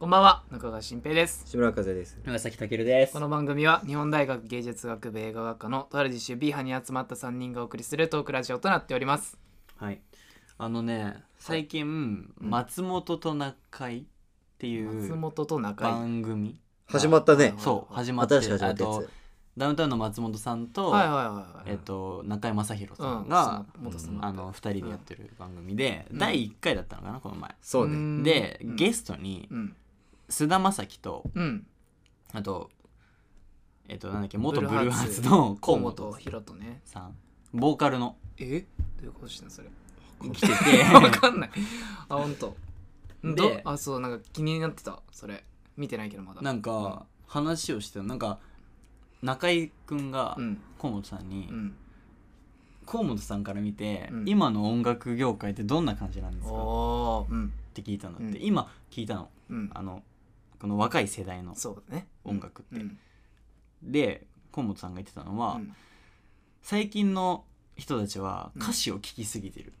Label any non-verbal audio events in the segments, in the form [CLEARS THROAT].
こんばんは中川新平です志村和也です。長崎健ですこの番組は日本大学芸術学部映画学科のとある実習 B 班に集まった3人がお送りするトークラジオとなっておりますはいあのね最近、ん松本と中井ってい松う本と中井番組始まったね。そう始まって新しく始まったやあつと。ダウンタウンの松本さんと、はいはいはいはいえっと、中井正広さんがが、元さうんあの2人でやってる番組で、うん第1回だったのかなこの前、そうね。で、うんゲストにうん菅田将暉とうんあとえっとなんだっけ元ブブルルーーハハーーツツの河河本本ひろとねさんボーカルのえどういうことしてんの [LAUGHS] それ来てて [LAUGHS] わかんないあ本当でどあそうなんか気になってたそれ見てないけどまだなんか話をしてたなんか中居君がうん河本さんにうん「河本さんから見て、うん今の音楽業界ってどんな感じなんですか?」おーうんって聞いたんだって、うん今聞いたのうんあのこの若い世代のそうだね音楽って。うんで河本さんが言ってたのは、うん最近の人たちはうん歌詞を聴きすぎてるって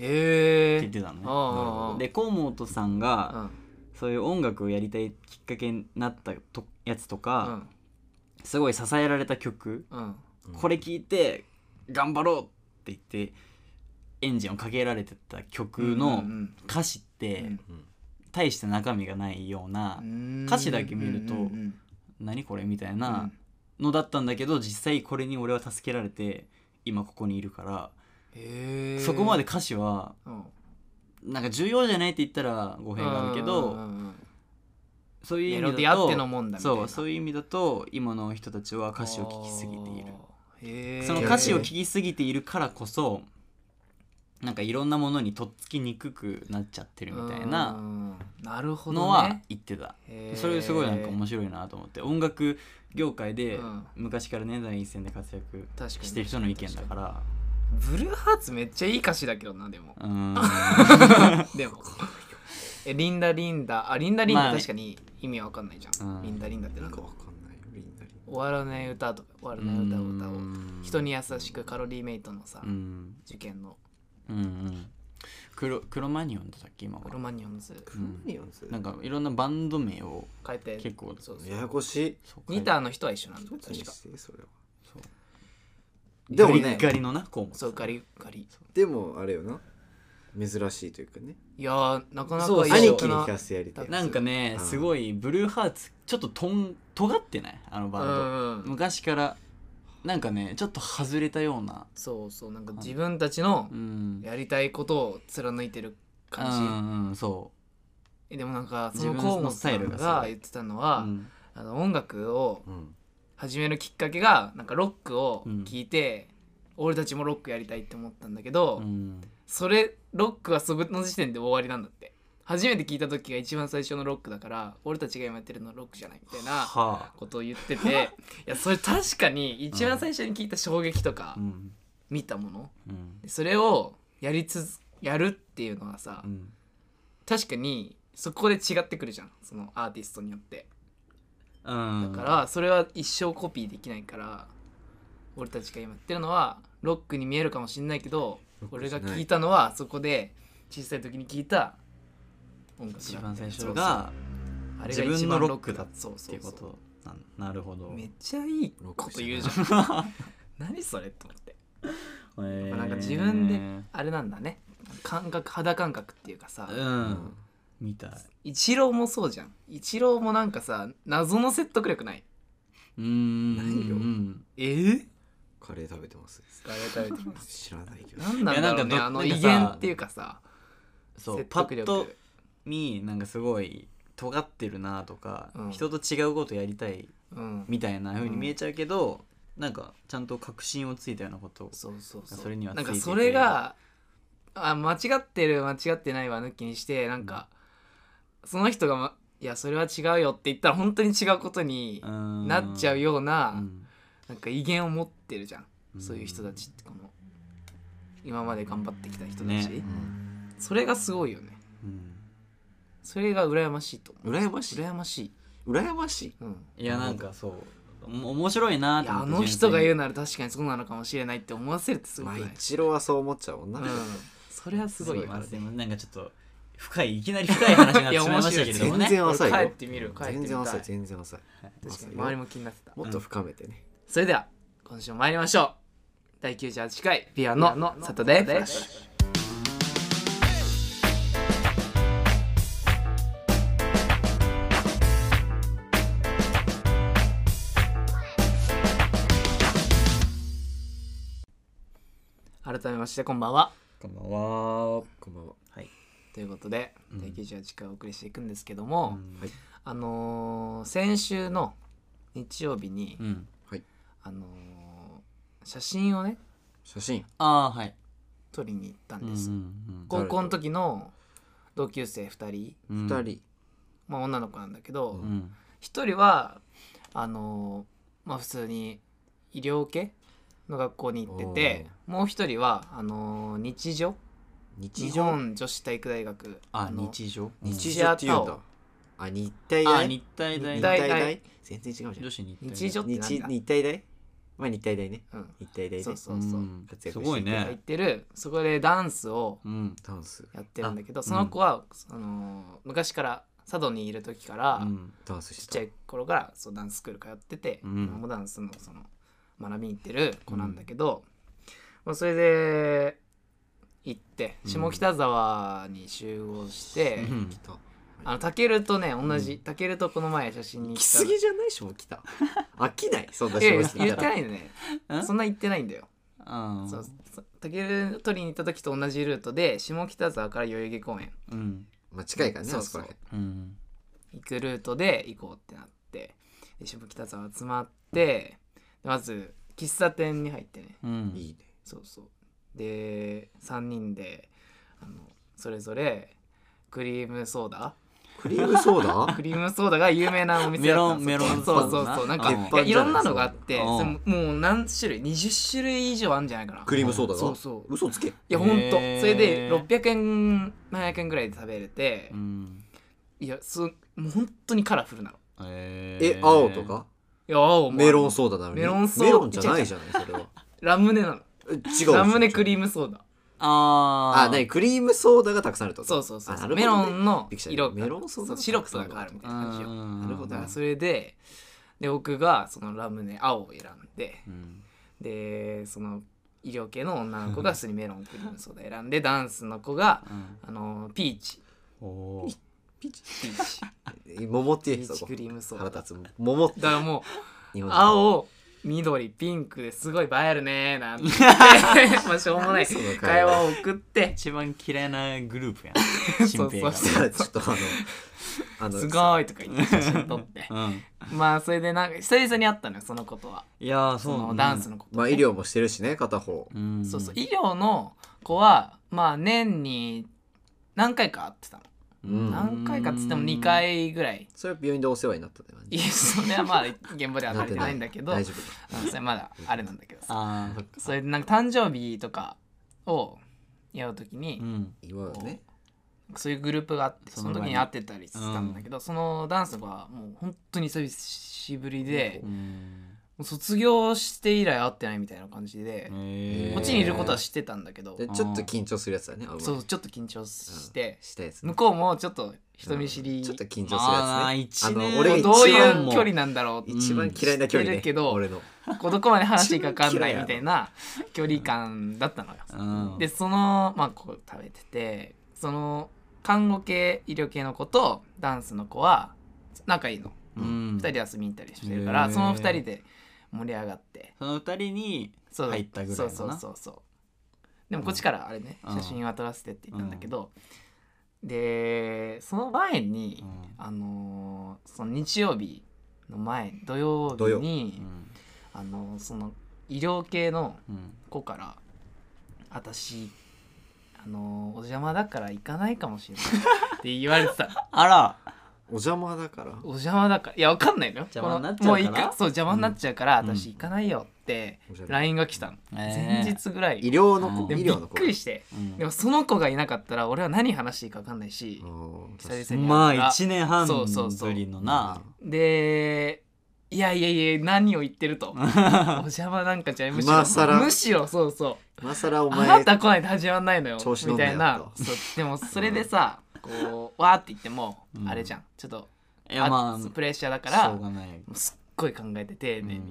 へ言っえてたのね。あーなるほどで河本さんうがんそういう音楽をやりたいきっかけになったとやつとうか、んすごい支えられた曲うんこれ聞いて頑張ろうって言ってエンジンをかけられてた曲のうん歌詞っうてんうん大した中身がないようなうん歌詞だけ見るとうんうん何これみたいうんなのだったんだけど実際これに俺は助けられて今ここにいるかへらえそこまで歌詞はうんなんか重要じゃないって言ったら語弊があるけうんうどんうんそういうメ意ロ味ディだあってのともんだみたいそなうそういう意味だと今の人たちは歌詞を聴きすぎているへえその歌詞を聴きすぎているからこそなんかいろんなものにとっつきにくくなっちゃってるみたいなうんなるほどのは言ってた、それすごいなんか面白白いなと思って音楽業界でうん昔から年代一線で活躍いしてる人の意見だからブルーハーツめっちゃいい歌詞だけどなで [LAUGHS] もうーんでもえリンダリンダあリンダリンダまあ確かに意味わかんないじゃん、うんリンダリンダってなんかわかんないよ、みんなに。終わらない歌とか終わらない歌を歌おう人に優しくカロリーメイトのさ、うん受験のうんうん黒黒マニオンだったっけ今はクロマニオンズクロマニオンズなんかいろんなバンド名を変えて結構そうそうややこしい。そうギターの人は一緒なんだよ確何かしてそれは。そうでもガリねッ、ガリのなこうもそうガリガリでもあれよな。珍しいというかね。いやーなかなそかういいそう兄曲貴にな聞かせてやりたい。なんかねうんすごいブルーハーツちょっととん尖ってないあのバンド、うんうん昔からなんかねちょっと外れたようなそうそうなんか自分たちのうんやりたいことを貫いてる感じ、うんうんそえでもなんかそ自の分の河本さスタイんルがすごいが言ってたのう、うは、ん、あの音楽をうん。始めるきっかけがなんかロックを聴いて、俺たちもロックやりたいって思ったんだけど、うんそれロックはその時点で終わりなんだって初めて聞いた時が一番最初のロックだから俺たちが今やってるのはロックじゃないみたいなはあことを言ってていやそれ確かに一番最初に聞いた衝撃とかうん見たものうんでそれをやりつづやるっていうのはさうん確かにそこで違ってくるじゃんそのアーティストによってうんだからそれは一生コピーできないから俺たちが今やってるのはロックに見えるかもしんないけどロック俺じゃがない聞いたのはそこで小さい時に聞いた音楽だ一番最そ初うがそうあれが自一分の番ロックだっそうそていううそこうとなんなるほどめっちゃいいロこックとじゃない言うじゃん何それと思ってへえなんか自分であれなんだね感覚肌感覚っていうかさうんみたいイチローもそうじゃんイチローもなんかさ謎の説得力ないうーんないようんえー、カレー食べてます。あれ食べてます知らないけど。何なんだろうねいやあなんかのどなんか威さ厳っていうかさそう説パ得ッ力と見なんかすごい尖ってるなとか、うん人と違うことやりたいうんみたいな風に見えちゃうけど、なんかちゃんと確信をついたようなことをそうそうそうそれにはなんかついていけそれがあ間違ってる間違ってないは抜きにしてなんか、その人が、ま「いやそれは違うよ」って言ったら本当に違うことにななっちゃうような、うんなんか威厳を持ってるじゃん、うんそういう人たちってこの今まで頑張ってきた人たち、ねうんそれがすごいよねうんそれが羨ましいと思う羨ましい。羨ましい、羨ましい。うん、いやなんかそうおも面白いないとや思っあての人が言ううなら確かにそうなのかもしれないって思わせるってすごまくあ、ない、一郎はそう思っちゃうもんなうん。、それはすすごごいいよまねせんなんかちょっと深いいきなり深い話にないってやしまいましたけれども全ね然浅いよ帰ってみる帰ってみたい全然浅い全然浅い確かに浅いよ周りも気になってたもっと深めてねそれでは今週も参りましょう第98回ピアノのサタデーフラッシュ改めましてこんばんはこんばんはこんばんははいということでうん第98回お送りしていくんですけども、はいあのー先週の日曜日に、うんあのー写真をね写真ああーはい撮りに行ったうんんうです、ん高校の時の同級生2人、うん二人まあ、女の子なんだけど、うんうん1人はあのーまあ普通に医療系の学校に行っててもう1人はあのー日常日日常本女子体育大学あの日常日常って言うんだあ日体あ大日体日大大体大全然違うじゃ女ん子日体大日常ってなん日だ、日体大まあ日体大ねうん、日体大そうでそううそう、ん活躍してすてごい入っねてるそこでダンスをうんダンスやってるんだけどあその子は、その昔から佐渡にいる時から、うんダンスちっしちゃてい頃からそうダンススクール通ってて、うんモダンスのその学びに行ってる子なんだけど、まあ、それで行ってうん下北沢に集合して、うんた来たあのたけるとね同じたけるとこの前写真に行行きったすぎじゃない [LAUGHS] 下北飽きないそんないやい下や言っ北てらないのねんそんな行ってないんだよあそうーそうたける取りに行った時と同じルートで下北沢から代々木公園うんまあ近いからねそうあそそうこらへんうん行くルートで行こうってなってで下北沢集まってでまず喫茶店に入ってねうんいいねそうそうで3人であのそれぞれクリームソー [LAUGHS] ダクリームソ [LAUGHS] ーダクリームソーダが有名なお店だったんですメロンメロンそソうそうーダなそうなんかあ鉄い板やじゃないいろんなのがあってそうそれももう何種類20種類以上あんじゃないかなクリームソーダがそうそう嘘つけいやほんとそへーれで600円700円ぐらいで食べれてうんいやすもう本当にカラフルなのええ青とかいや青もメロンソーダなのにメロンソーダメロンじゃないじゃない [LAUGHS] それはラムネなのえ違うでしょラムネクリームソーダあーあ、なにクリームソーダがたくさんあるってことそうそうそうあそなう、るほメどねロンのびっくりした色がメロンソーダそうシロップとかがあるみたいな感じようんなるほどだかねらそれでで僕がそのラムネ青を選んでうんでその医療系の女の子がスリメロンクリームソーダ選んでダンスの子がうんあのピーチおーピーチピーチ桃ってピーいう人チそこクリームソー腹ダ立つ桃ってだからも日う本人青緑ピンクですごい映えるねーなんてまあしょうもないその会会話話を送って一番嫌いなグループやん [LAUGHS] そう新兵がそうだからちょっとあのあのすごいとか言って写真撮って [LAUGHS] うんまあそれでなんか久々に会ったのよそのことは。いやーそそうのねダンスのこと、まあ医療もしてるしね片方うんそうそう医療の子はまあ年に何回か会ってたの、うん何回かっつっても2回ぐら [LAUGHS] いそれは病院でお世話になったって感いじやそれはまあ現場では当たれてないんだけど大丈夫かうんそれまだあれなんだけどさあーそっかそれでなんか誕生日とかをやるときに、うん今はねそういうグループがあってそそのの場に時に会ってたりしてたんだけど、そのダンスの子はもう本当に久しぶりで、ううもんう卒業して以来会ってないみたいな感じで、えーこっちにいることは知ってたんだけど、でちょっと緊張するやつだねあそううちょっと緊張して、したやつね向こうもちょっと人見知り、うんちょっと緊張まあするや一あの年俺がもう一どうい番うも距離なんだろうつね一番嫌い知な距離ってるねけど俺のこうどこまで話していいか分かんない一番嫌いやみたいな距離感だったのよ。うんでそのまあこう食べててその看護系医療系の子とダンスの子は仲いいの、う二ん人で遊びに行ったりしてるから、へーその二人で盛り上がってその二人にそう入ったぐらいのなそうそうそうそうでもこっちからあれね、うん写真は撮らせてって言ったんだけど、でその前に、うんあのーその日曜日の前土曜土日曜にうんあのーその医療系のうん子から「私あのーお邪魔だから行かないかもしれない」って言われて [LAUGHS] たあらお邪魔だからお邪魔だからいやわかんないのよ邪魔になっこのもうちいゃいうからかそう邪魔になっちゃうから、うん私行かないよってお邪魔 LINE が来たの、え前ー日ぐらい医療の子でび医療っの子くりしてうんでもその子がいなかったら俺は何話していいか分かんないしうん久々に会ったらまあ一年半そうそうそうぶりの [LAUGHS] なでいやいやいや何を言ってるとお [LAUGHS] 邪魔なんかじゃないむし今ろ更むしろそうそう今更おあな前た来ないと始まんないのよ調子乗みんなたよいなとそうでもそれでさ、こうわーって言っても、うんあれじゃんちょっといやまああプレッシャーだかしょらうがない、すっごい考えて丁うん寧に、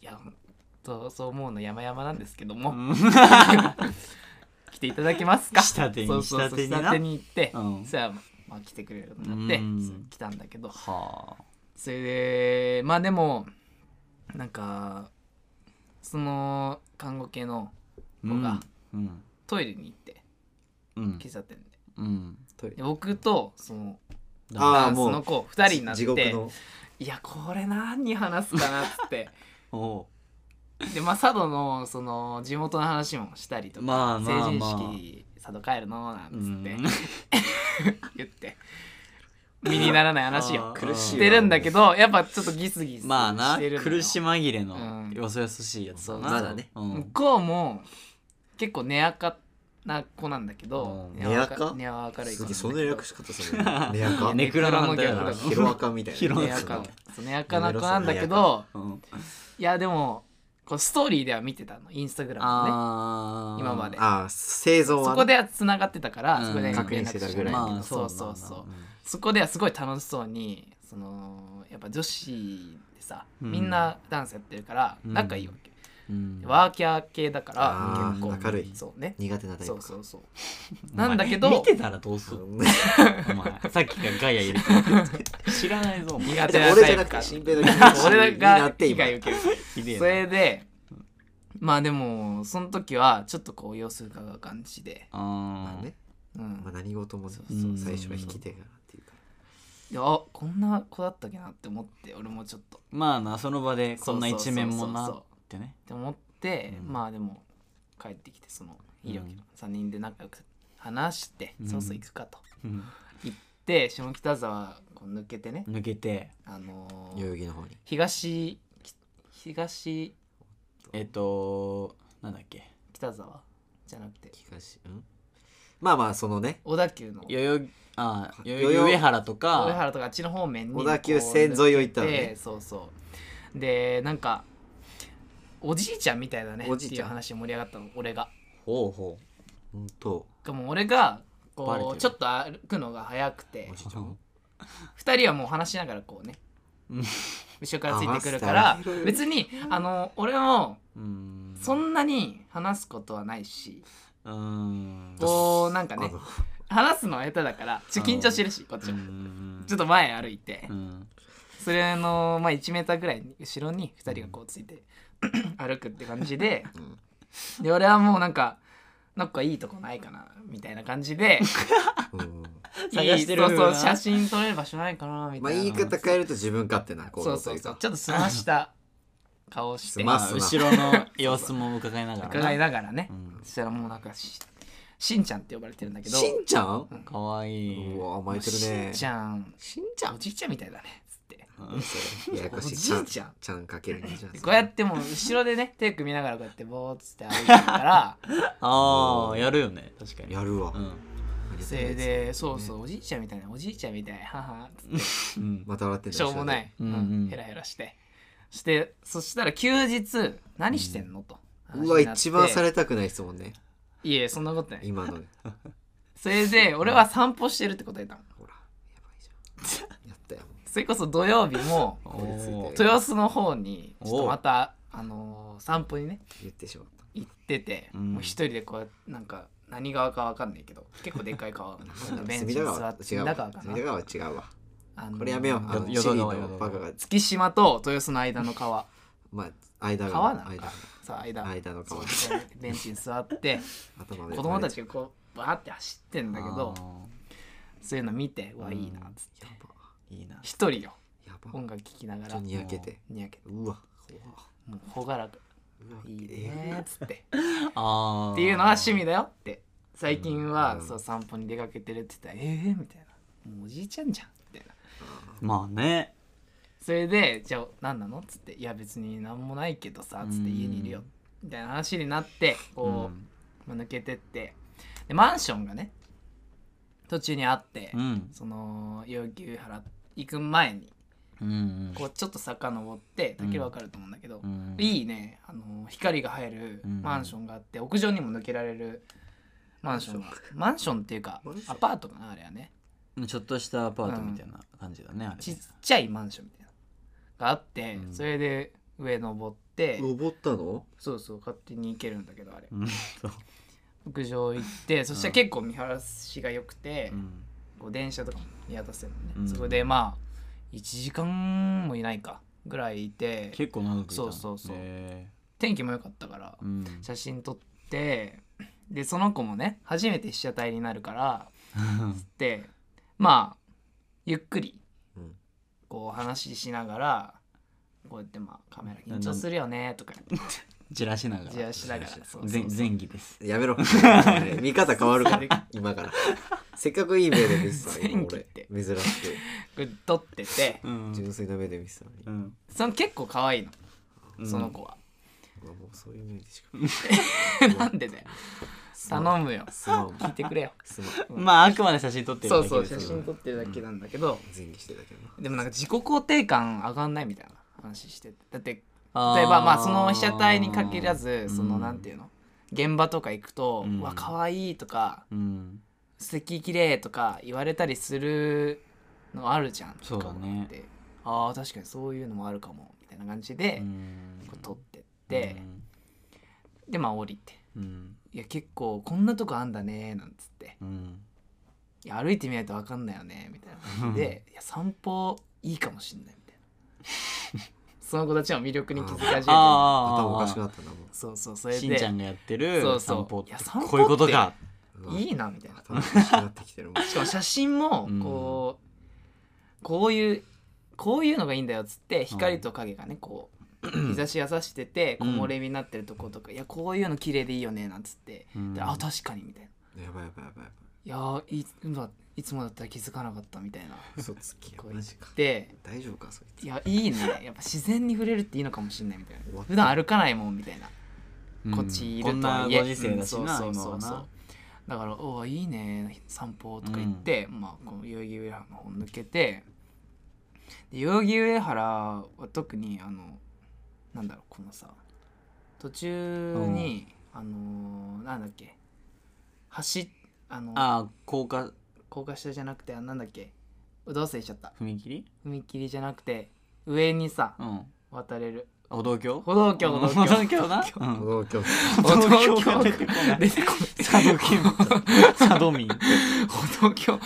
いやほんとそう思うの山々なんですけども、うん、 [LAUGHS] 来ていただけますか [LAUGHS] 下手にそうそうそう下手にな下手に行って、うんそしたら、まあ、来てくれるようになってうんそう来たんだけどはあそれでまあでもなんかその看護系の子がうんトイレに行ってうん喫茶店でうんトイレで僕とそのあーダンスもうの子2人になっ地獄てのいやこれ何話すかなっつって [LAUGHS] おでまあ佐渡のその地元の話もしたりとか、まあまあ成人まあ式佐渡帰るのなんつうって、ん言って身にならない話あをー苦しいわしてるんだけどやっぱちょっとギスギスしてるまあなのよ苦し紛れうんのよそよそしいやつだなまだねう向んこうも結構根垢な子なんだけどうん根垢根垢根は明るい子なすんだけどげえその略し方 [LAUGHS] するねレアいかやねネクラの反対だからネクヒロアカみたいなヒロ根アカ垢そう根垢な子なんだけどうんいやでもこうストーリーでは見てたのインスタグラムでねあー今までああ生存はねそこでは繋がってたから、うんそこで確認してたぐら連絡したんだいけまどあそうそうそうそこではすごい楽しそうにそのやっぱ女子でさうんみんなダンスやってるからうん仲いいわけ、うんワーキャー系だからあ結構あ明るいそうね苦手なタイそプうそううそう [LAUGHS] お前なんだけど見てたらどうするんお前さっきからガヤ入れてるけど知らないぞお前苦手じゃあな [LAUGHS] タ俺じゃイなプくかて新平の気持ち俺にながって被今害受けるひでえなそれでまあでもその時はちょっとこう様子うかがう感じで、まああーねうんまあ、何事もねそうそうそう最初は引き手がっていうかであこんな子だったっけなって思って俺もちょっとまあなその場でこんな一面そうそもなうそうそうっってねて思って、うんまあでも帰ってきてその医療機うん3人で仲良く話して、うんそろそろ行くかとうん行って下北沢こう抜けてね、抜けてあのー代々木の方に東東えっとなんだっけ北沢じゃなくて東うんまあまあそのね小田急の代々木あー代代々々木木上原とか上原とかあっちの方面に小田急線沿いを行ったのねでそうそうでなんかおじいちゃんみたいだねおじいちってゃんいう話で盛り上がったの俺がほうほ本当でも俺がバレてこるうちょっと歩くのが早くておじいちゃん2人はもう話しながらこうねうん後ろからついてくるから合わせてあげろよ別にあの俺もううーんそんなに話すことはないしうーんこうなんかあねの話すのは下手だからちょっと緊張してるしこっちもちょっっと前歩いてうんそれの、まあ、1メーターぐらい後ろに2人がこうついて [CLEARS THROAT] 歩くって感じでうんで俺はもうなんかなんかいいとこないかなみたいな感じで [LAUGHS] うん探してるいよいなそうそう写真撮れる場所ないかなみまあたいな、言い方変えると自分勝手な行そ動うとそいううそうかちょっと澄ました顔してすままっあすな後ろの様子も伺いながらな伺いながらね、うんそしたらもうなんかししんちゃんって呼ばれてるんだけどしんちゃんかわいいうわ甘えてるねしんちゃんしんちゃんおじいちゃんみたいだねつってうんそれややこしいおじいちゃんちゃんちゃんかけるねじゃあでこうやってもう後ろでね手組みながらこうやってぼーっつって歩いてる [LAUGHS] からああやるよね確かにやるわうんそれで、そうそう、おじいちゃんみたいな、おじいちゃんみたい、母うんまた笑ってんだしょうもな。い、ううんうんん、ヘラヘラして。して、そしたら休日、何してんのと。後ろでうわ、一番され。れたくない質問ね。いえ、そんなことない。 [LAUGHS] 今の。ほそれで、俺は散歩してるって答えたの。ら、やばいじゃん。やったよ。それこそ土曜日も、これついておー豊洲の方に、ちょっとまた、あのー散歩にね、言ってしまった。行ってて、うんもう一人でこうやって、なんか、何川かわかんないけど、結構でっかい川、 [LAUGHS] ベンチに隅田座川って、違う田わ川。かな隅田。川は違うわ。あのーこれやめよう。あの、よ淀シ川リ淀の川バカが、月島と豊洲の間の [LAUGHS] 川。まあ、間が。川なの間かさあ間間の川。ベンチに座って頭で。子供たちがこうバーって走ってんだけどあそういうの見てうわいいなっつってやば。ーいいな一人よやば。音楽聴きながちょらっとにやけて。にやけうわ。もう朗らかうわいいねっつってあーっていうのは趣味だよって最近はうんそう散歩に出かけてるって言ったらええみたいなもうおじいちゃんじゃんみたいなまあねそれでじゃあ何なのっつっていや別に何もないけどさつってうん家にいるよみたいな話になってこううんまあ抜けてってでマンションがね途中にあって、うんその代々木上原行く前にうんこうちょっと遡ってだけわかると思うんだけど、うんいいねあの光が入るうんマンションがあって、屋上にも抜けられるマンションがマンションっていうかマンションアパートかなあれはねちょっとしたアパートみたいな感じだね、あれちっねちゃいマンションみたいなのがあって、うんそれで上登って登ったのそうそう勝手に行けるんだけどあれうんそう屋上行ってそしたら結構見晴らしが良くて、うんこう電車とかも見渡せるのね、うんそこでまあ1時間もいないかぐらいいて結構長くいたそうそうそうへ天気も良かったからーうん、写真撮ってでその子もね初めて被写体になるからでまあゆっくりうんこう話ししながらこうやってまあカメラ緊張するよねとか [LAUGHS] じらしながらじらしながらそう前そうそう前儀です [LAUGHS] やめろ見方変わるから今からせっかくいい目で見てたの今俺珍しこう撮っててうんく純粋な目で見てたのにうんその結構可愛いのうんその子は、まあもうそういう目でしかなんでだよすまん頼むよすまん聞いてく [LAUGHS] れよすまんまああくまで写真撮ってるそだうけそうです写真撮ってるだけなんだけど、前儀してたけどなでもなんか自己肯定感上がんないみたいな話しててだってあー例えばまあその被写体に限らずうんそのなんていうの現場とか行くと「うんうわ可愛いとかうん「素敵綺麗とか言われたりするのあるじゃんそうだねとか思ってああ確かにそういうのもあるかもみたいな感じでうんこう撮ってって、でまあ降りてうん「いや結構こんなとこあんだね」なんつってうん「いや歩いてみないと分かんないよね」みたいな感じ [LAUGHS] で「いや散歩いいかもしんない」みたいな [LAUGHS] その子たちの魅力に気づき始めて頭おかしくなあったなもそうそうそれでしんちゃんがやってるそうそう散歩っいてや散歩ってこういうことかういいなみたいな頭おかしくなってきてるもんしかも写真もうんこう、こういうこういうのがいいんだよっつって光と影がねこう、日差しがさしてて木うん漏れ日になってるとことか、いやこういうの綺麗でいいよねなんつって、うんであ確かにみたいな [LAUGHS] やばいやばいやばいやばいいやーいついつもだったら気づかなかったみたいな嘘つきやこうマジかで大丈夫かそいついやいいねやっぱ自然に触れるっていいのかもしれないみたい終わなった普段歩かないもんみたいなうんこっちいこるんとなはいえ、ご時世だしうんなそう今そうそはうそなうだから「おおいいね散歩」とか言って、まあこの代々木上原の方抜けてで代々木上原は特にあのなんだろうこのさ途中に、あのーなんだっけ橋あのああ高架高架下じゃなくてあなんだっけどうせしちゃった踏切踏切じゃなくて上にさうん渡れる歩道橋歩道橋歩道橋歩道橋なうん歩道橋 [LAUGHS] 歩道歩道橋橋出てこな [LAUGHS] い出てこ [LAUGHS] ない佐渡金佐渡民歩道橋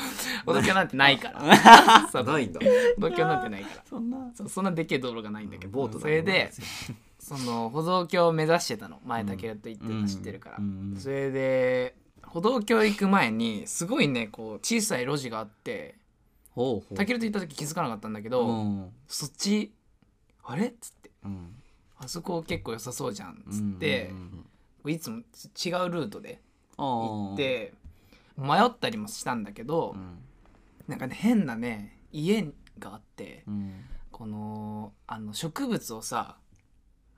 歩道橋なんてないから [LAUGHS] さ歩ないんだ道橋なんてないからそんなそうそんなでっけえ道路がないんだけどボートだそれでその歩道橋を目指してたの前たけると言ってるの知ってるから、うんそれで歩道橋行く前にすごいねこう小さい路地があってほうほうたけると行った時気づかなかったんだけど、うんそっちあれっつってうんあそこ結構良さそうじゃんっつってうんう、んいつも違うルートでうん行って迷ったりもしたんだけど、うんなんかね変なね家があって、うんこのあの植物をさ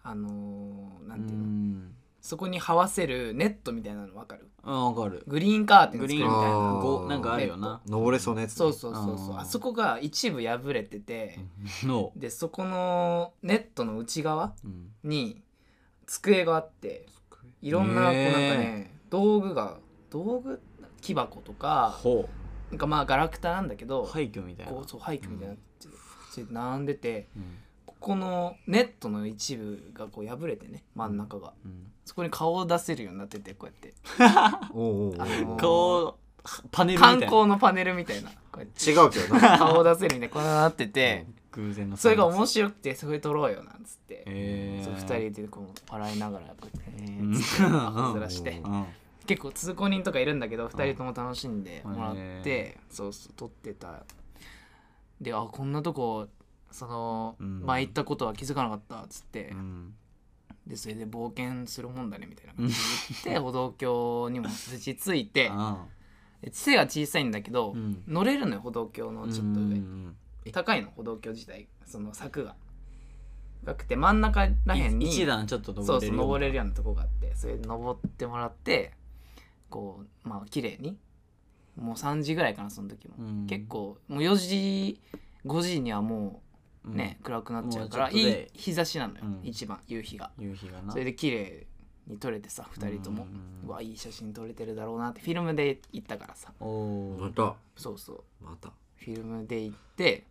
あのーなんていうの、うんそこに這わせるネットみたいなの分かるあわかるグリーンカーテング作リるーンみたいみたいなあなーこうなんかあるよな登れそうなやつそうそうそうそうあーあそこが一部破れててのでそこのネットの内側うんに机があって机いろんなこうなんかへーね道具が道具木箱とかほなんかまあガラクタなんだけうど、廃墟みたいなこうそう廃墟みたいになってて並んでて。うんここのネットの一部がこう破れてね真ん中がうんそこに顔を出せるようになっててこうやっておうおうおうあのこうパネルみたい観な光のパネルみたいなこうやって違うけど [LAUGHS] な顔を出せるみたいなこうなってて偶然のそれが面白くてそれ撮ろうよなんつってえそう二人でこう笑いながらこうやってねうんつって顔ずらしてうん結構通行人とかいるんだけど二人とも楽しんでもらっへてそうそう撮ってたであこんなとこそのうん前行ったことは気づかなかったっつってうんでそれで冒険するもんだねみたいな感じで言って [LAUGHS] 歩道橋にも立ち着いてあで背が小さいんだけど、うん乗れるのよ歩道橋のーちょっとうんう上、ん高いの歩道橋自体その柵が高くて真ん中らへんいに一段ちょっとそうそう登れるよ登れるようなとこがあってそれで登ってもらってこうまあ綺麗にもう3時ぐらいかなその時も、うん結構もう4時5時にはもううんね、暗くなっちゃうからもうちょっといでい日差しなのよ、うん一番夕日が。夕日がなそれで綺麗に撮れてさ2人ともうんうわいい写真撮れてるだろうなってフィルムで行ったからさおまおたそうそうまたフィルムで行って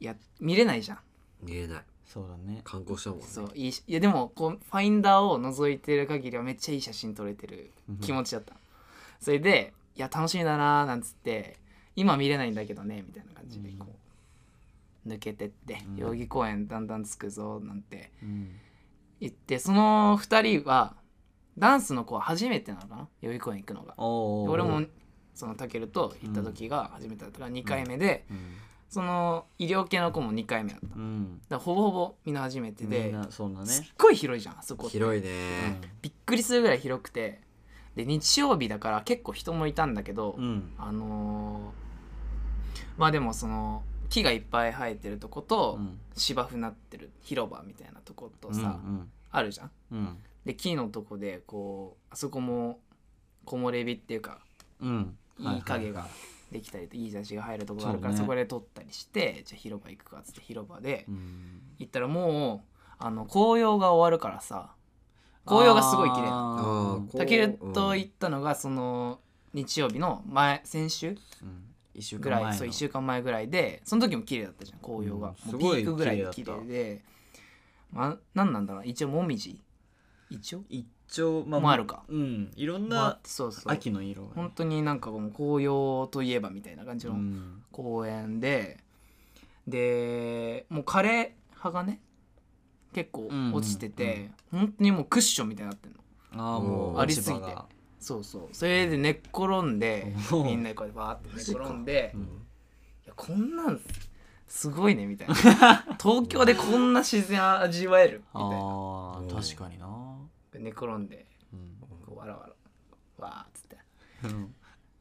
いや見れないじゃん見えないそうだね観光したもんねそういいしいやでもこうファインダーを覗いてる限りはめっちゃいい写真撮れてる気持ちだったのそれで「いや楽しみだな」なんつって「今見れないんだけどね」みたいな感じでこう抜けてってうん代々木公園だんだん着くぞなんてうん言ってその2人はダンスの子は初めてなのかな代々木公園行くのがおでお俺もそのたけると行った時が初めてだったから2回目でうんその医療系の子も2回目だっただかうんらほぼほぼみんな初めてみんでなそうだすっねごい広いじゃんあそこって広いねびっくりするぐらい広くてで日曜日だから結構人もいたんだけど、うんあのーまあでもその木がいっぱい生えてるとこと、うん芝生なってる広場みたいなとことさ、うんあるじゃん。うんで木のとこでこうあそこも木漏れ日っていうかうんうんいい影ができたりといい日差しが入るとこがあるからそうねそこで撮ったりしてじゃあ広場行くかっつって広場でうん行ったらもうあの紅葉が終わるからさ紅葉がすごい綺麗なのああーこうタケルとうん行ったのがその日曜日の前先週ーうん一週ぐ間ら前いのそう1週間前ぐらいでその時も綺麗だったじゃん紅葉が、うんもうすごピいークぐらい綺綺麗だ麗ったでまあ何なんだろう一応もみじ一応一丁まもあるかうんいろんまあなそうそう秋の色がね本当になんかもう紅葉といえばみたいな感じうのん公園で、でもう枯葉がね結構落ちてて、本当にもうクッションみたいになってんのああもうありすぎて落ち葉がそうそうそれで寝っ転んでおうみんなでこうやってバーって寝っ転んでういんやこんなんすごいねみ [LAUGHS] たいな東京でこんな自然味わえるみたいなあーうん確かにな寝っ転んでうんこうわらわらわーっつってうん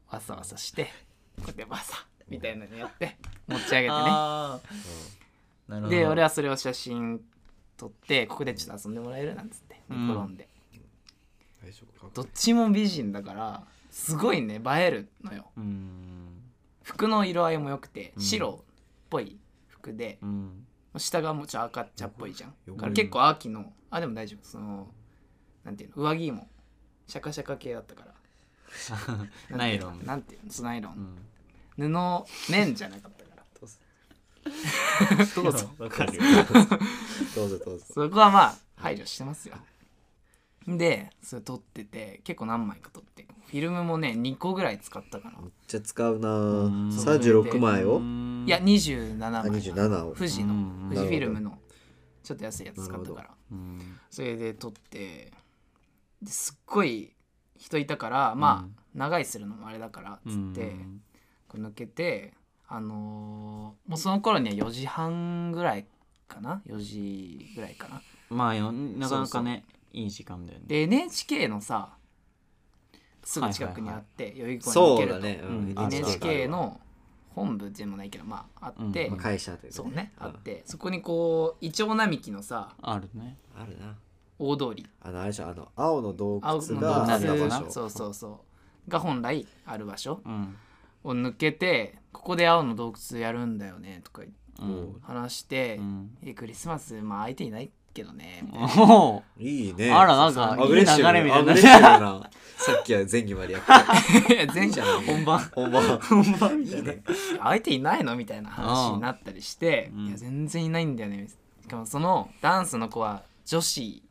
わさわさしてこうやってわさみたいなのやって持ち上げてねあーなるほどで俺ははそれを写真撮ってここでちょっと遊んでもらえるなんつってう寝ん転んで、大丈夫かどっちも美人だからすごいね映えるのようん服の色合いも良くてうん白っぽい服で、 [LAUGHS] うん下がもうちょっと赤っ茶っぽいじゃんよだくから結構秋のあでも大丈夫そのなんていうの上着もシャカシャカ系だったからナイロンなんていうのそうナイロン、ん布綿じゃなかったからどうぞ [LAUGHS] どうぞわかるどうぞどうぞそこはまあ排除してますよでそれ撮ってて結構何枚か撮ってフィルムもね2個ぐらい使ったかなめっちゃ使うなうんぁ36枚をいや27あ枚27を富士のうん富士フィルムのちょっと安いやつ使ったなかるらうんそれで撮ってですっごい人いたからまあ、長いするのもあれだからっつって、うんこう抜けてあのーもうその頃には4時半ぐらいかな4時ぐらいかなまあよなかなかねいい時間だよねで NHK のさすぐ近くにあって、代々木公園そ行けうるだと、ね、ううんん、 NHK の本部でもないけどまああって、うんまあ会社というかそうねあんってそこにこうイチョウ並木のさあるねあるな大通りあのあれじゃんあの青の洞窟青のがある洞場窟所そうそうそうが本来ある場所うんを抜けてここで青の洞窟やるんだよねとかうん話してう、んえクリスマスまあ相手いないけど [LAUGHS] ねみたいなおいいーねあらなんかアいいグ流レれッみシブたアいグレなッシブなさっきは前期までやってたい [LAUGHS] や全然 [LAUGHS] 本番本番本番みたいいいなね相手いないのみたいな話になったりして、うんいや全然いないんだよねしかもそのダンスの子は女子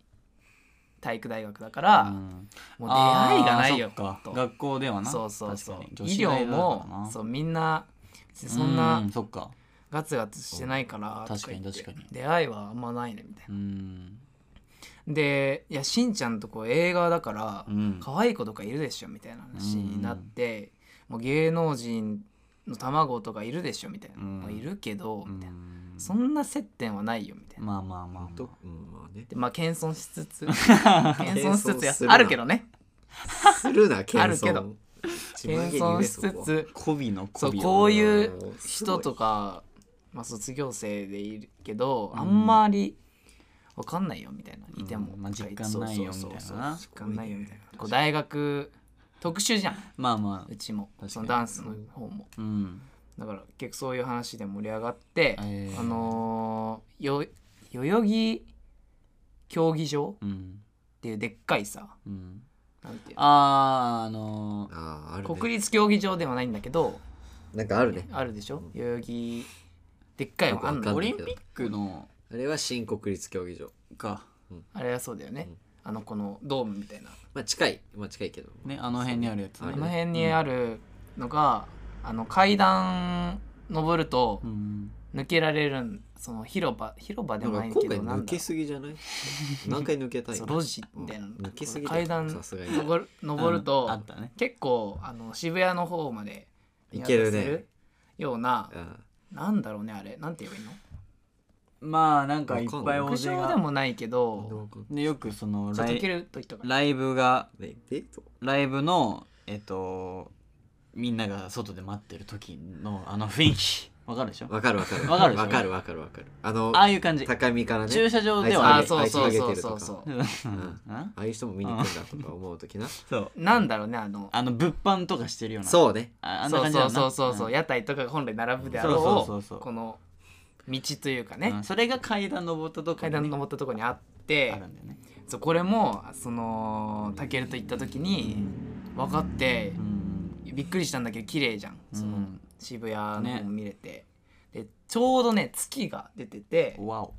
体育大学だから、うんもう出会いがないあよーそっかと学校ではなそうそうそう確かに医療もそうみんな別にそんなそっかガツガツしてないからうんと言って確かに確か出会いはあんまないねみたいなうんでいやしんちゃんとこ映画だからうん可愛い子とかいるでしょみたいな話になって、もう芸能人の卵とかいるでしょみたいな、うんまあいるけど、みたいなうんそんな接点はないよみたいな、まあまあまあまあとうんまあねでまあ謙遜しつ [LAUGHS] つ謙遜しつつ謙遜するやなあるけどねするな謙遜あるけど自慢げ謙に言遜えしそつこはつ媚びのそう媚びこういうおーすごい人とか、まあ、卒業生でいるけど、あんまりわかんないよみたいなうんいても、まあ実感ないよみたいなそうそうそうそう実感ないよみたいなこう大学特殊じゃんまあまあうちも確かにそのダンスの方もうんだから結構そういう話で盛り上がって、えーあのーよ代々木競技場うんっていうでっかいさうん、なんていうのあーあのあああるね国立競技場ではないんだけどなんかあるねあるでしょ代々木でっかいのあんよくわのかんなーオいリンピックのあれは新国立競技場かあれはそうだよね、うんあのこのドームみたいなまあ近いまあ近いけどねあの辺にあるやつああれねねの辺にあるのが、あの階段登るとうん抜けられるんその広場広場ででももない今け回どなんだ抜ろけうすぎ [LAUGHS] じゃない何回抜けたいそうの路地みたいなのうん抜けすぎだよ階段さすがに登る登るあとのあったね結構あの渋谷の方までいける見渡せねようなあなんだろうねあれなんて言えばいいのまあなんかいっぱい大屋勢上でがもないけあなんでどわかんないでよくそのちょっとラ溶けイる時とかライブがねデートライブのえっとみんなが外で待ってる時のあの雰 [LAUGHS] 囲気わかるでしょわかるわかるわかるでしょわかるわかるわかるあのああいう感じ高みからね駐車場であはあーいつそうそうあそいうつそうハゲてるとかそう [LAUGHS] うんうんああいう人も見に行くんだとか思うときなそうなんだろうねあのあの物販とかしてるようなうそうねああんそなう感じだそようなそうそうそう、ん屋台とかが本来並ぶであろうそうそうそうそうこの道というかね、うんそれが階段登ったとこ階段登ったとこにあってあるんだよねそうこれもそのタケルと行った時に分かってう、んびっくりしたんだけど綺麗じゃんその、うん渋谷の方も見れて、でちょうどね月が出ててわお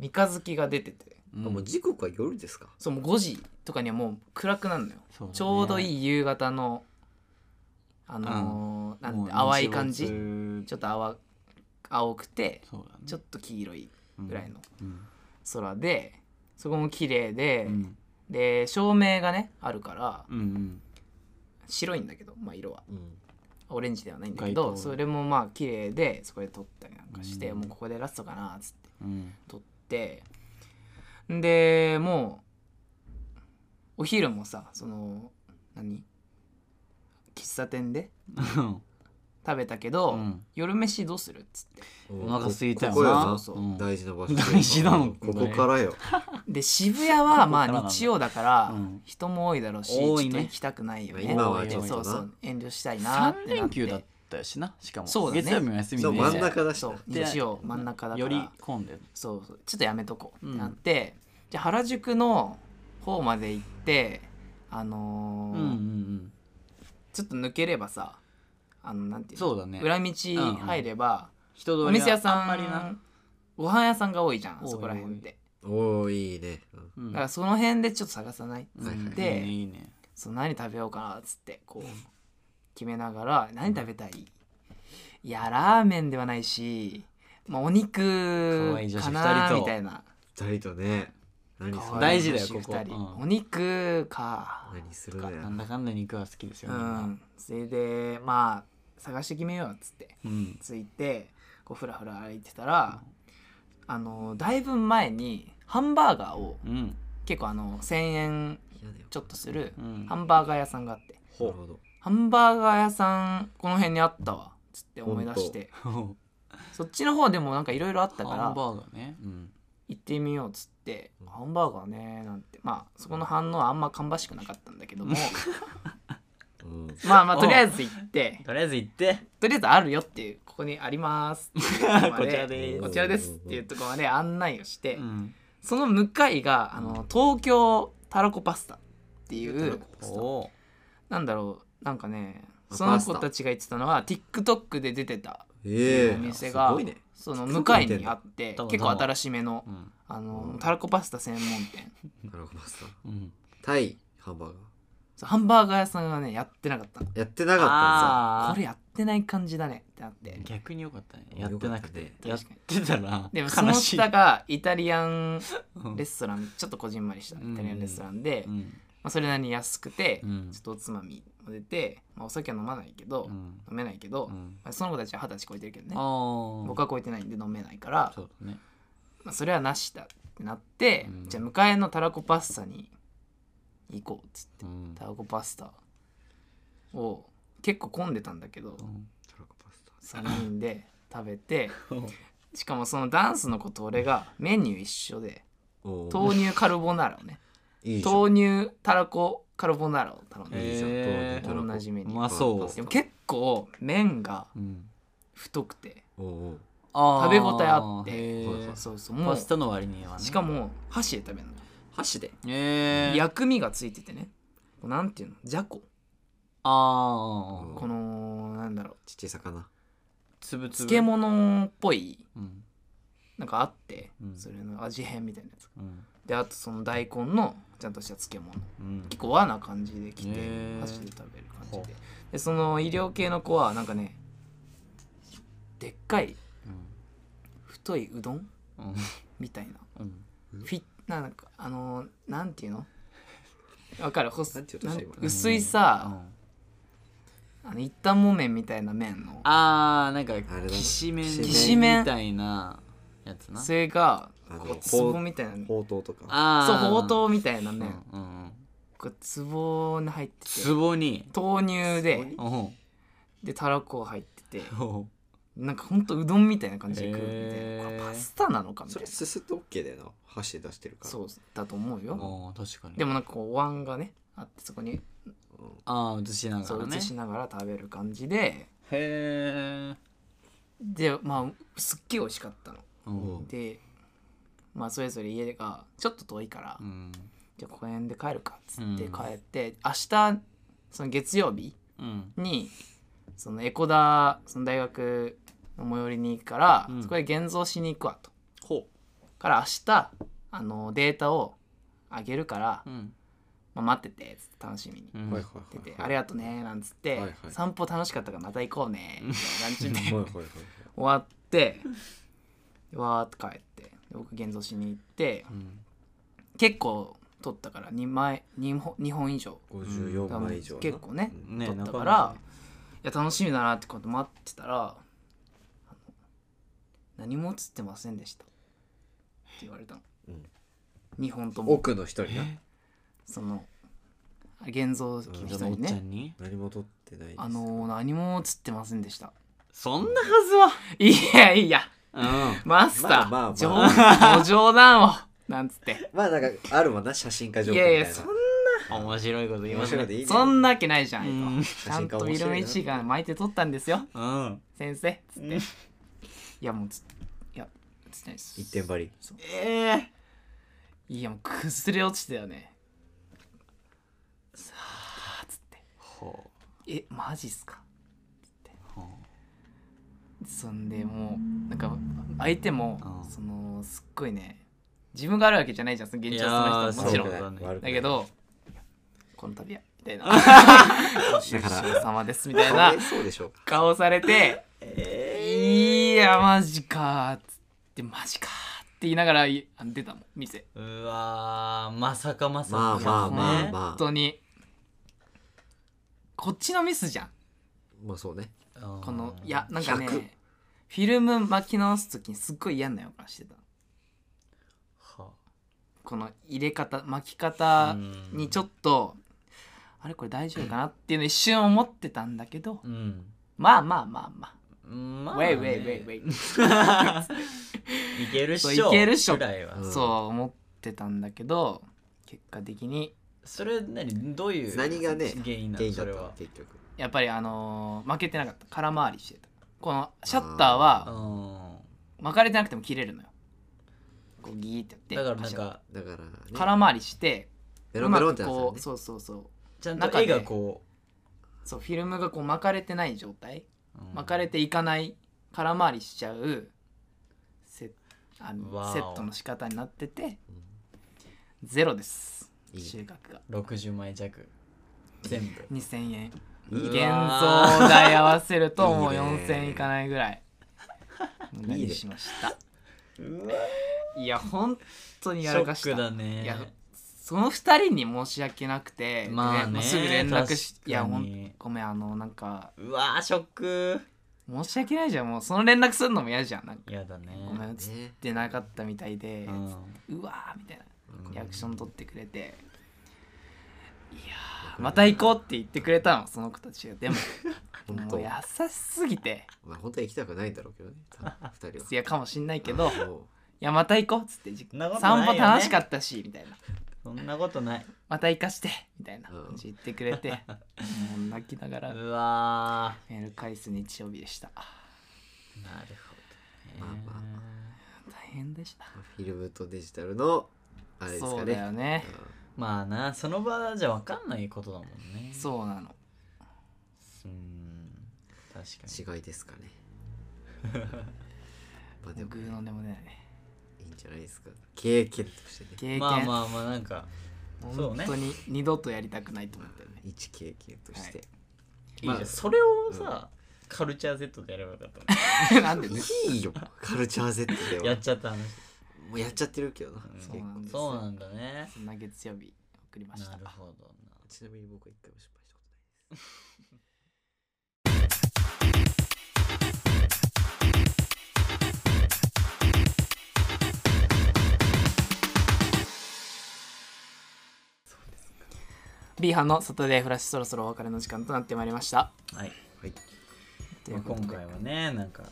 三日月が出ててあもう時刻は夜ですかそうもう5時とかにはもう暗くなるのよ、そうだねちょうどいい夕方のあのーなんて淡い感じちょちょっと淡青くてそうだねちょっと黄色いぐらいのうん空で、そこも綺麗で、うんで照明がねあるからうんうん白いんだけど、まあ、色はうんオレンジではないんだけ街ど灯それもまあ綺麗でそこで撮ったりなんかして、うんもうここでラストかなっつってうん撮ってでもうお昼もさその何喫茶店で食べたけど、うん夜飯どうするっつってお腹空いたよなここよなそうそう大事な場所大事なのここからよで渋谷はまここからなんあだ日曜だからうん人も多いだろうし、多いちょっねと行きたくないよね今はちょっとそうそなう遠慮したいなってなっ3て連休だったしなしかもそうだね月曜日も休みそうで真ん中だしそなう日曜真ん中だからより混んでるそうそうちょっとやめとこうってなって、じゃあ原宿の方まで行ってあのうーんうんうんちょっと抜ければさあのなんていうのそうだね裏道入れば、人通りお店屋さあんまりなんご飯屋さんが多いじゃん多いそこら辺っておおいいねうんうんだからその辺でちょっと探さないはいはいでいいねいいねそう何食べようかなっつってこう決めながら何食べたいいやラーメンではないし、まあ、お肉可愛い女子か二な人とみたいな二人とね何す可る愛い大事だよ女子ここ二人うんお肉か何するのなやんだかんだ肉は好きですようみんなんそれでまあ探して決めようっつってうんついてこうふらふら歩いてたらあのだいぶ前にハンバーガーをうん結構あの1,000円嫌だよちょっとするうんハンバーガー屋さんがあってなるほどハンバーガー屋さんこの辺にあったわっつって思い出してほうそっちの方でもなんかいろいろあったかハンらバーガーねうん行ってみようっつってうんハンバーガーねなんてまあそこの反応はあんま芳しくなかったんだけどもうん [LAUGHS] まあまあとりあえず行ってとりあえず行ってとりあえずあるよっていうここにありますっていうとこまこちらでーすこちらですっていうところまで案内をしてうんその向かいがあの東京たらこパスタっていたらうこおうなんだろうなんかねあそのパス子タたちが言ってたのは TikTok で出てたええお店がすごいねその TikTok 向かいにあって多分結構新しめのうんあのうんたらこパスタ専門店なるほどさうんタイハンバーガそうハンバーガー屋さんがねやってなかったのーやってなかったんさこれやってない感じだねってなって逆に良かったねやってなくてよっかたねやってたらでもその悲しい下がイタリアンうんレストランちょっとこじんまりしたイうんタリアンレストランで、うまんあ、それなりに安くて、うんちょっとおつまみも出て、まあ、お酒は飲まないけど、うん飲めないけど、うまんあ、その子たちは二十歳超えてるけどねああ僕は超えてないんで飲めないからそうだねまあ、それはなしだってなって、うんじゃあ迎えのたらこパスタに行こうっつってうんたらこパスタを結構混んでたんだけどたらこパスタ3人で食べてうんしかもそのダンスの子と俺がメニュー一緒でおー豆乳カルボナーラをねいいじゃん豆乳たらこカルボナーラを頼ん乳いいでじゃん豆えー乳た同らこじメうニューまそでうも結構麺がうん太くておーおーあー食べ応えあってへーはいはいそうそうもパスタうの割にはねしかも箸で食べるの箸でえー、薬味がついててねこうなんていうのじゃこあうあんこのなんだろうちっちゃい魚つぶつぶ漬物っぽいうんなんかあって、うんそれの味変みたいなやつうんであとその大根のちゃんとした漬物うん結構和な感じで来てへー箸で食べる感じほうででその医療系の子はなんかねでっかい太いうどんうんみたいなうんフィなんかあのーなんていうのわかるほすなんて言おうとしたなん今薄いうさ、んあの一旦も麺みたいな麺のあーなんかだなきしめんきしめんみたいなやつなそれがあのこう壺みたいなねほうとうとかあそうあほうとうみたいなう麺んうんうんこう壺に入っててつぼに豆乳壺でにおうでたらこ入ってておうなんかほんとうどんみたいな感じで食うみたいな、へーこれパスタなのかみそたいれなすすって OK だよな箸で出してるからそうだと思うよ、あー確かにでもなんかこうお椀がねあってそこにうんああ映しながそうらね移しながら食べる感じでへえでまあすっげえ美味しかったのうんでまあそれぞれ家がちょっと遠いから、うんじゃあ公園で帰るかっつってうん帰って、明日その月曜日うんにそのエコダその大学の最寄りに行くから、うんそこで現像しに行くわとほから明日あのデータをあげるから、ううんまあ、待っててっつって楽しみに。うんはいはい出はいてはいありがとね」なんつって、はいはい散歩楽しかったからまた行こうね」みたいな感じで終 [LAUGHS] はいはいはいわってわーって帰ってで僕現像しに行ってうん結構撮ったから2枚二本二本以上54枚以上な結構ねうんね撮ったかなら、かないや楽しみだなってこと待ってたらあの「何も映ってませんでした」って言われたの、うん2本とも奥の一人なその現像機のそ人のおっにちゃねんに何も取ってない「ですあの何も映ってませんでした」そんなはいやいやずはうんマスター、まあまあまあ冗談ご冗談をなんつってまあなんかあるもんな写真家情い報やみたいいなやそん面白いこと言いま面す白いことでねいいねそんなわけないじゃん、うんちゃんと色の位置が巻いて取ったんですようん先生つっていやもうついや映ってないです一点張りそうええいやもう崩れ落ちてたよねさあつってほえマジっすかうほそんでもうなんか相手もうんそのすっごいね自分があるわけじゃないじゃんその現状その人いやーはもちろんそうだだねけどこの度はみ [LAUGHS] たいなご愁傷様ですみたいかわないそうでしょうか顔されていやマジかーっつってマジかーって言いながらいあ出たもん店ううわーまさかまさかまあまあまあねまあ本当にこっちのミスじゃんまあそうねうんこのいやなんかね100フィルム巻き直す時にすっごい嫌な予感してたはこの入れ方巻き方にちょっとあれこれ大丈夫かなっていうの一瞬思ってたんだけどうんまあまあまあまうんまああウねェイウェイウェイウ [LAUGHS] ェイいけるっしそょういけるっしょぐらいはうんそう思ってたんだけど結果的にそれ何どういう何がね原因な原の因だそっれたのは結局やっぱりあのー、負けてなかった空回りしてたこのシャッターはう巻かれてなくても切れるのよこうギーってやってんだからなんパシャかだからッね空回りしてベうロンまベロンっくてなこうってたそうそうそうちゃん中とで絵がこそうフィルムがこう巻かれてない状態ううん巻かれていかない空回りしちゃうセあわのおセットの仕方になっててんゼロですいい収穫が60枚弱全部2000円うわ現ー像代合わせるともういいね4000円いかないぐ [LAUGHS] らい無駄いいにねしましたういや本当にシやョらかしックただねいやその二人に申し訳なくてまあねすぐ連絡し確かにいやほんごめんあのなんかうわーショック申し訳ないじゃんもうその連絡するのも嫌じゃんなんか嫌だねごめん映っねてなかったみたいでう、んうわーみたいなうんリアクション取ってくれていやーまた行こうって言ってくれたのその子たちがでも本も当う優しすぎてまあ本当は行きたくないんだろうけどね多分 [LAUGHS] 二人はいやかもしんないけどいもやまた行こうっつってじそんなことない散よね歩楽しかったしみたいなそんなことないまた行かしてみたいな感じ言ってくれ [LAUGHS] て、もう泣きながらうわメール返す日曜日でしたーなるほどねまあまあ大変でしたうフィルムとデジタルのあれですそかうねだよねまあなその場じゃ分かんないことだもんねうそうなのうん確かにうん違いですかね [LAUGHS] まあでもグーのでもねいいんじゃないですか経験としてね経験、まあまあまあなんかそう本ね当に二度とやりたくないと思ったよね一経験として、いいじゃんまあそれをさ、カルチャー Z でやればよかったの [LAUGHS] なんでねいいよカルチャー Z でやはっちゃった話、もうやっちゃってるけどな、うん結そ構うなんですよそうなんだねそんな月曜日送りましたなるほどなちなみに僕は一回も失敗したことないですビーハンの外でフラッシュそろそろお別れの時間となってまいりましたはい、はいといまあうこと今で回はねなんか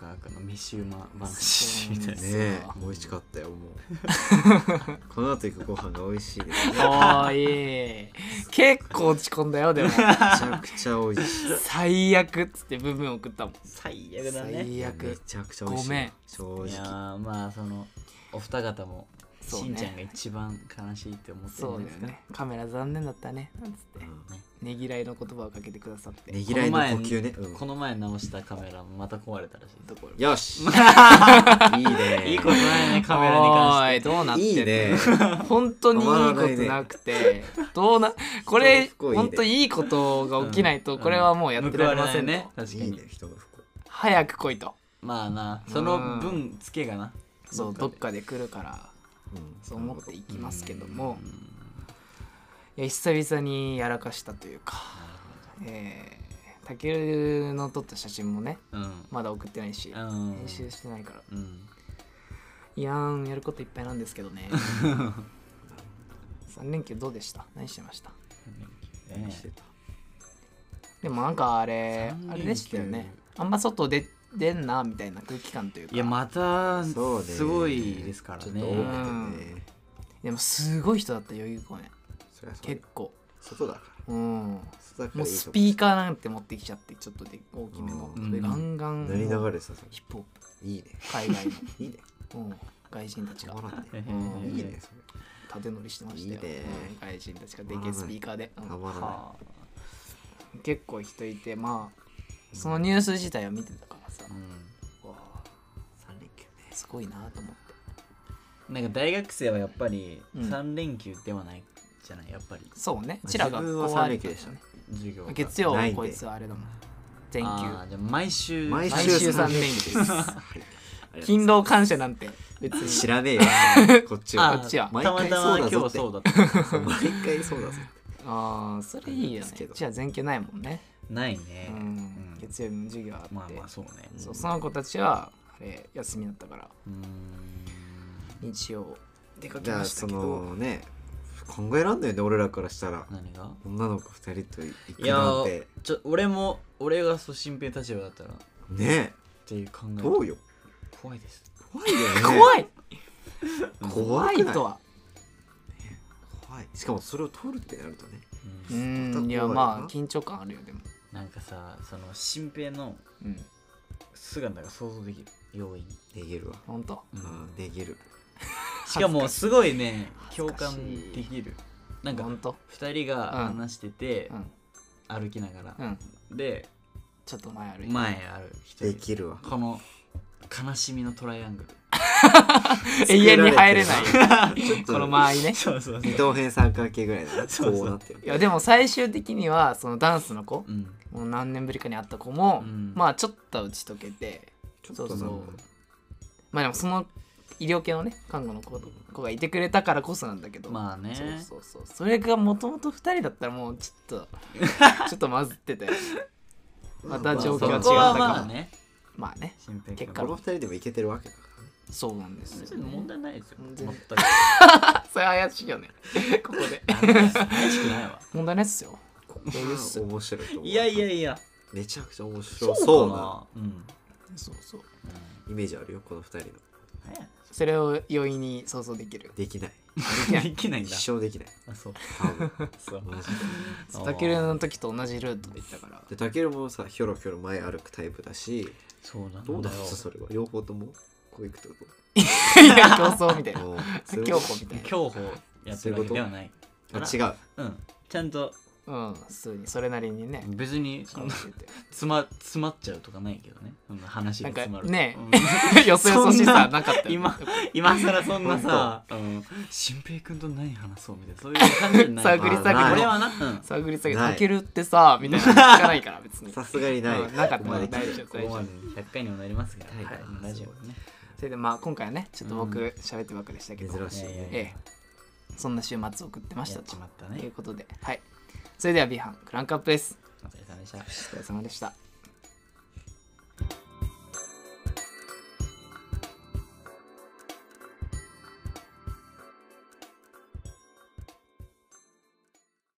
中川君の飯うまそ話うみたいでなすねえ美味しかったよもう [LAUGHS] この後行くご飯が美味しいですねおーいい結構落ち込んだよ [LAUGHS] でもめちゃくちゃ美味しい最悪っつって部分送ったもん最悪だね最め悪ちゃくちゃ美味しいごめん正いや直ーまあそのお二方も、そうしねんちゃんが一番悲しいって思ってるそんうだですよかねカメラ残念だったねなんつってうんねぎらいの言葉をかけてくださってねぎらいの呼吸ねこの前うんこの前直したカメラもまた壊れたらしいところよ [LAUGHS] しいいねいいことないねカメラに関しておーいどうなってんのいいね本当にいいことなくてどうなこれ人の不幸いいね本当にいいことが起きないとこれはもうやってられません報われないねね確かいいにね人の不幸早く来いとまあなその分つけがなそうどどっっかかで来るからうんそう思っていきますけどうもんいや久々にやらかしたというかえーたけるの撮った写真もねうんまだ送ってないしうん編集してないからうんいやーんやることいっぱいなんですけど [LAUGHS] ね3連休どうでした何してました何ねしてたでもなんかあれ三連休あれでしたよねあんま外で出んなみたいな空気感というかいやまたそうねすごいですからちょっねと多くてねでもすごい人だった代々木公園そりゃそうだ結構外だからうんも外だからういいとこスピーカーなんて持ってきちゃってちょっとで大きめの、うんそれガンガン鳴り流れてたヒップホップいいね海外いいねの、うん、外人たち止がまらんねうんいいねそれ縦乗りしてましたよいいねうん外人たちがでけえスピーカーで、うんたまらないはあ結構人いてまあそのニュース自体を見てたからさ、うんうわあ三連休ねすごいなと思ってなんか大学生はやっぱりうん3連休ではないじゃないやっぱりそうねあうちらが自分はこうあ三る連け休どでしたね授業が月曜なはいんでこいつはあれだもん全休あーじゃあ毎週毎毎週3連休ですはいありがとうございます勤労感謝なんて別知 [LAUGHS] にらねえよこっちあはーこっちは毎たま回たま今日そうだぞはってそうだった毎回そうだぞああそれいいよですけねどじゃあ全休ないもんねないうんね月曜日も授業あって、まあまあそうねそうその子たちはあれ休みだったからうーん日曜出かじけゃまあしたそけどのね考えらんないよね俺らからしたら何が女の子2人と行くいやなんーてちょ俺も俺がそう新兵立場だったらっねていう考ええどうよ怖いです怖いよね怖い怖怖くいないとは怖いしかもそれを取るってなるとねううんんいやまあ緊張感あるよでもなんかさその新兵のうん姿が想像できる容易でにきるわほんとうんうんできるしかもすごいね恥ず共かしい感できるなんかほんと二人が話してて、うん歩きながうら、んでちょっと前歩いて前ある人できるわこの悲しみのトライアングル永遠に入れない作られてるちょっとこの間合いね [LAUGHS] そうそう二等辺三角形ぐらいだなそうそうこうなってるいやでも最終的にはそのダンスの子、うんもう何年ぶりかに会った子も、うんまあちょっと打ち解けてちょっとそうなそうんかまあでもその医療系のね看護の子子がいてくれたからこそなんだけどまあねそうそうそうそれがもともと2人だったらもうちょっとちょっとまずってたよねまた状況が違そったこはかまあらねまあね新兵結果この二人でもいけてるわけだからねそうなんです別よ、に問ね、題ないですよ全全然くあそれ怪しいよねここで怪しくないわ問題ないっすよこ余裕っすこは面白いと思ういやいやいやめちゃくちゃ面白そうなうん、うんそうそうイメージあるよこの二人のねそれを容易に想像できるできないできないん一だ生できないあ [LAUGHS] そう多分そうマジであーたけるの時と同じルートで行ったからでタケルもさヒョロヒョロ前歩くタイプだしそうなんだよ [LAUGHS] どうだろうそれは両方ともこういくってこといや競争みたい [LAUGHS] なおーそういう競こ歩みたいな競歩やってるわけではないとからあ違ううんちゃんとうん普通にそれなりにね別にそ考のえて [LAUGHS] 詰ま詰まっちゃうとかないけどねそんな話が詰まるとなんかうんてよそよそしさそん [LAUGHS] なかったよね [LAUGHS] 今今更そんなさ「新平君と何話そう」みたいなそういう感じじゃない [LAUGHS] 探り探り俺はな、うん探り下げないたけるってさみたいなの聞かないから別にさすがにないうんなかったここまで来て大丈夫ここまで100回にもなりますから、はいはい大丈夫ねそれでまあ今回はねちょっと僕うん喋ってばっかりでしたけど珍しいいやいやねいやええそんな週末送ってましやたっちとまったといねうことではいそれでは B 班クランクアップですお疲れ様でしたお疲れ様でした